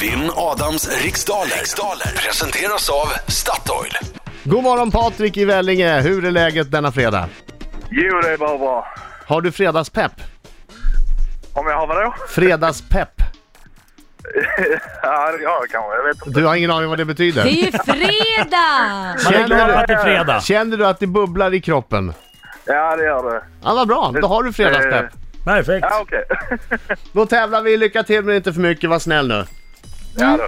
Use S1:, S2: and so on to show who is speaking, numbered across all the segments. S1: Vinn Adams riksdaler. riksdaler presenteras av Statoil.
S2: God morgon Patrik i Vellinge, hur är läget denna fredag?
S3: Jo, det är bara bra.
S2: Har du fredagspepp?
S3: Om jag har vadå?
S2: Fredagspepp?
S3: ja, det har jag kanske. Jag vet inte.
S2: Du har ingen aning vad det betyder?
S4: Det är ju fredag!
S5: Man är glad
S2: Känner
S5: att det är fredag.
S2: du, känner du att det bubblar i kroppen?
S3: Ja, det gör det.
S2: Ja, vad bra, då har du fredagspepp.
S5: Perfekt.
S3: Ja, okej.
S2: Då tävlar vi, lycka till men inte för mycket, var snäll nu.
S3: ja, då.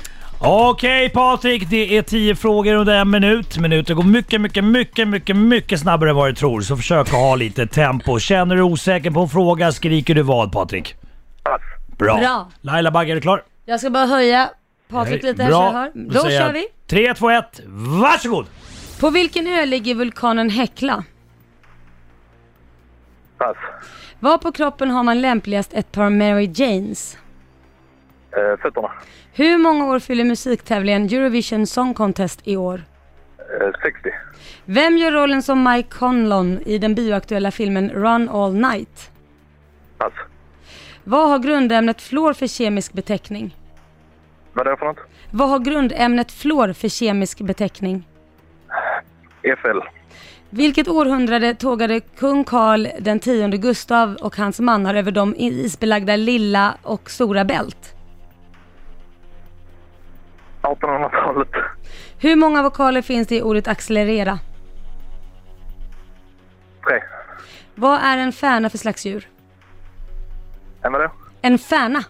S5: Okej Patrik, det är 10 frågor under en minut. Minuter går mycket, mycket, mycket, mycket, mycket snabbare än vad du tror. Så försök att ha lite tempo. Känner du osäker på en fråga skriker du vad Patrik?
S3: Pass.
S5: Bra.
S4: Bra.
S5: Laila Bagge, är du klar?
S4: Jag ska bara höja Patrik lite här så jag hör. Då
S5: säger
S4: kör
S5: jag
S4: vi!
S5: 3, 2, 1, varsågod!
S4: På vilken ö ligger vulkanen Hekla?
S3: Pass.
S4: Var på kroppen har man lämpligast ett par Mary Janes?
S3: Eh, fötterna.
S4: Hur många år fyller musiktävlingen Eurovision Song Contest i år?
S3: Eh, 60.
S4: Vem gör rollen som Mike Conlon i den bioaktuella filmen Run All Night?
S3: Pass.
S4: Vad har grundämnet fluor för kemisk beteckning?
S3: Vad är det för något?
S4: Vad har grundämnet fluor för kemisk beteckning?
S3: FL.
S4: Vilket århundrade tågade kung Karl den tionde Gustav och hans mannar över de isbelagda Lilla och Stora Bält?
S3: 1800-talet.
S4: Hur många vokaler finns det i ordet accelerera?
S3: 3.
S4: Vad är en färna för slags djur?
S3: Än vad då?
S4: En färna!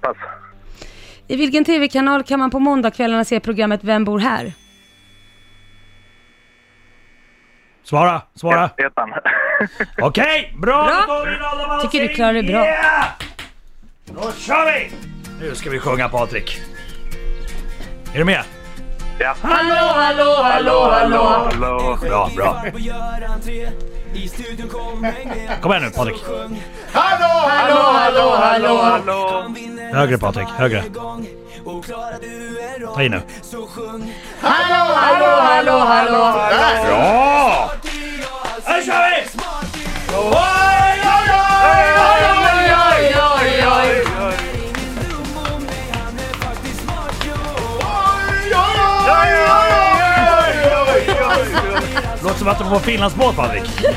S3: Pass.
S4: I vilken tv-kanal kan man på måndagskvällarna se programmet Vem bor här?
S5: Svara, svara.
S3: Ett- Ettan.
S5: Okej, bra!
S4: Bra.
S5: Då går vi in, Adam Alsing.
S4: Tycker du klarar det bra.
S5: Yeah! Då kör vi! Nu ska vi sjunga Patrik. Är du med?
S3: ja.
S4: Hallå, hallå, hallå, hallå!
S3: Hallå.
S5: Bra, bra. Kom igen nu Patrik.
S2: Hallå, hallå, hallå, hallå,
S3: Hallå.
S5: Högre Patrik, högre. Ta i nu.
S2: hallå, hallå, hallå, hallå.
S5: Bra! Nu kör vi! Låter som att du var på Finlandsbåt Patrik.
S2: Äh!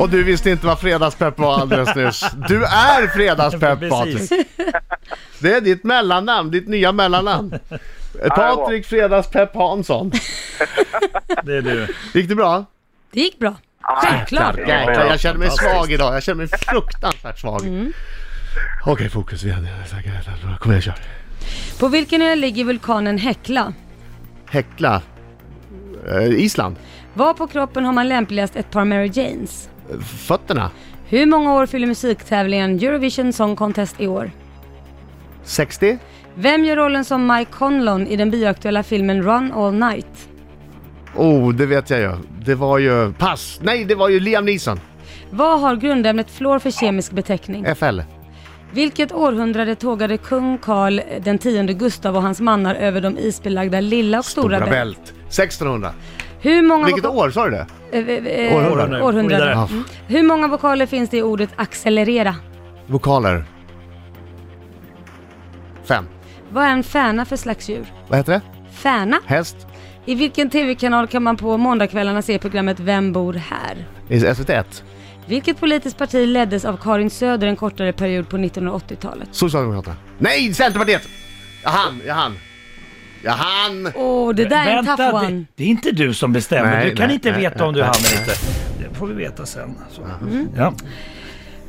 S2: Och du visste inte vad fredagspepp var alldeles nyss. Du är fredagspepp Patrik.
S5: Precis.
S2: Det är ditt mellannamn, ditt nya mellannamn.
S3: bra.
S2: Patrik Fredagspepp Hansson.
S5: Det är du.
S2: Gick det bra?
S4: Det gick bra. Självklart!
S2: Jäklar, jag känner mig svag idag. Jag känner mig fruktansvärt svag. Okej, fokus igen. Kom igen, kör.
S4: På vilken ö ligger vulkanen Hekla?
S2: Häckla. Eh, Island.
S4: Var på kroppen har man lämpligast ett par Mary Janes?
S2: Fötterna.
S4: Hur många år fyller musiktävlingen Eurovision Song Contest i år?
S2: 60.
S4: Vem gör rollen som Mike Conlon i den bioaktuella filmen Run All Night?
S2: Oh, det vet jag ju. Det var ju... Pass! Nej, det var ju Liam Neeson.
S4: Vad har grundämnet fluor för kemisk beteckning?
S2: FL.
S4: Vilket århundrade tågade kung Karl den tionde Gustav och hans mannar över de isbelagda Lilla och Stora,
S2: Stora
S4: Bält?
S2: Bält. 1600.
S4: Hur många
S2: Vilket
S4: voka-
S2: år sa du det?
S4: eh, eh,
S2: Århundrade.
S4: århundrade.
S5: Vidare.
S2: Ja,
S4: Mm. Hur många vokaler finns det i ordet accelerera?
S2: Vokaler. Fem.
S4: Vad är en färna för slags djur?
S2: Vad heter det?
S4: Färna?
S2: Häst?
S4: I vilken tv-kanal kan man på måndagskvällarna se programmet Vem bor här?
S2: SVT1?
S4: Vilket politiskt parti leddes av Karin Söder en kortare period på 1980-talet?
S2: Socialdemokraterna? Nej, Centerpartiet! Jag hann, jag hann. Jag hann!
S4: Åh, det där är en
S5: Vänta,
S4: tough
S5: Det,
S4: one.
S5: det är inte du som bestämmer.
S2: Nej,
S5: du kan
S2: nej,
S5: inte
S2: nej,
S5: veta
S2: nej,
S5: om du
S2: nej,
S5: hamnar
S2: nej.
S5: inte. Det får vi veta sen. Så.
S4: Mm.
S5: Ja.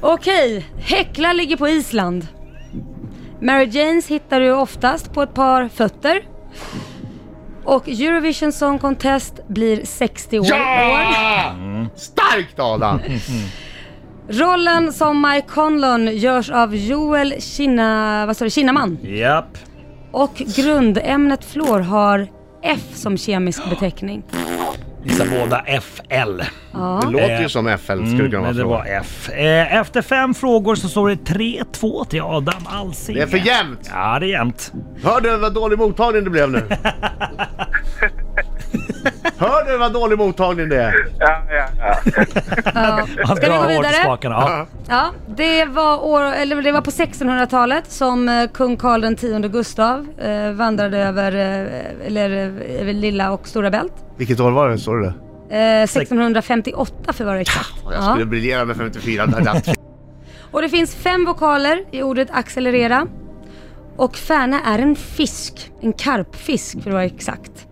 S4: Okej, Häckla ligger på Island. Mary Janes hittar du oftast på ett par fötter. Och Eurovision Song Contest blir 60 år.
S2: Ja! Starkt Adam!
S5: Mm.
S4: Rollen som Mike Conlon görs av Joel Kinna, vad sa du, Kinnaman.
S5: Japp.
S4: Och grundämnet fluor har F som kemisk beteckning.
S5: Gissa båda FL.
S2: Det låter ju som FL skulle kunna vara
S5: Mm, Men det
S2: fråga.
S5: var F. Eh, efter fem frågor så står det 3-2 till Adam Alsing.
S2: Det är för jämnt!
S5: Ja, det är jämnt.
S2: Hörde du vad dålig mottagning det blev nu? Hörde du vad dålig mottagning det är?
S3: Ja, ja, ja.
S4: Ja.
S5: Han
S4: Ska vi
S5: drar
S4: gå
S5: hårt i
S4: vidare?
S5: spakarna. Ja.
S4: Ja, det var, år, eller det var på 1600-talet som eh, kung Karl X Gustav eh, vandrade över, eh, eller, eh, över Lilla och Stora Bält.
S2: Vilket år var det? Såg du det?
S4: Eh, 1658 för att vara exakt.
S2: Jag skulle
S4: Ja.
S2: briljera med 54. Där, där.
S4: Och det finns fem vokaler i ordet accelerera. Och färna är en fisk, en karpfisk för att vara exakt.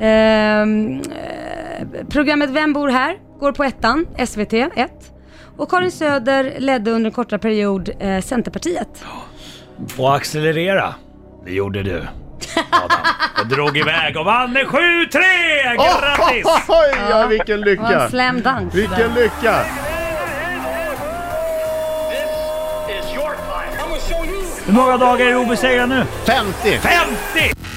S4: Ehm, eh, programmet Vem bor här? går på ettan, SVT 1. Och Karin Söder ledde under en kortare period eh, Centerpartiet.
S5: Och accelerera. Det gjorde du. Adam. Och drog iväg och vann med 7-3! Grattis!
S2: Oj, ja, vilken
S4: Det var en
S2: lycka!
S4: slam dunk.
S2: Vilken lycka!
S5: Hur många dagar är du obesegrad nu?
S2: 50!
S5: 50!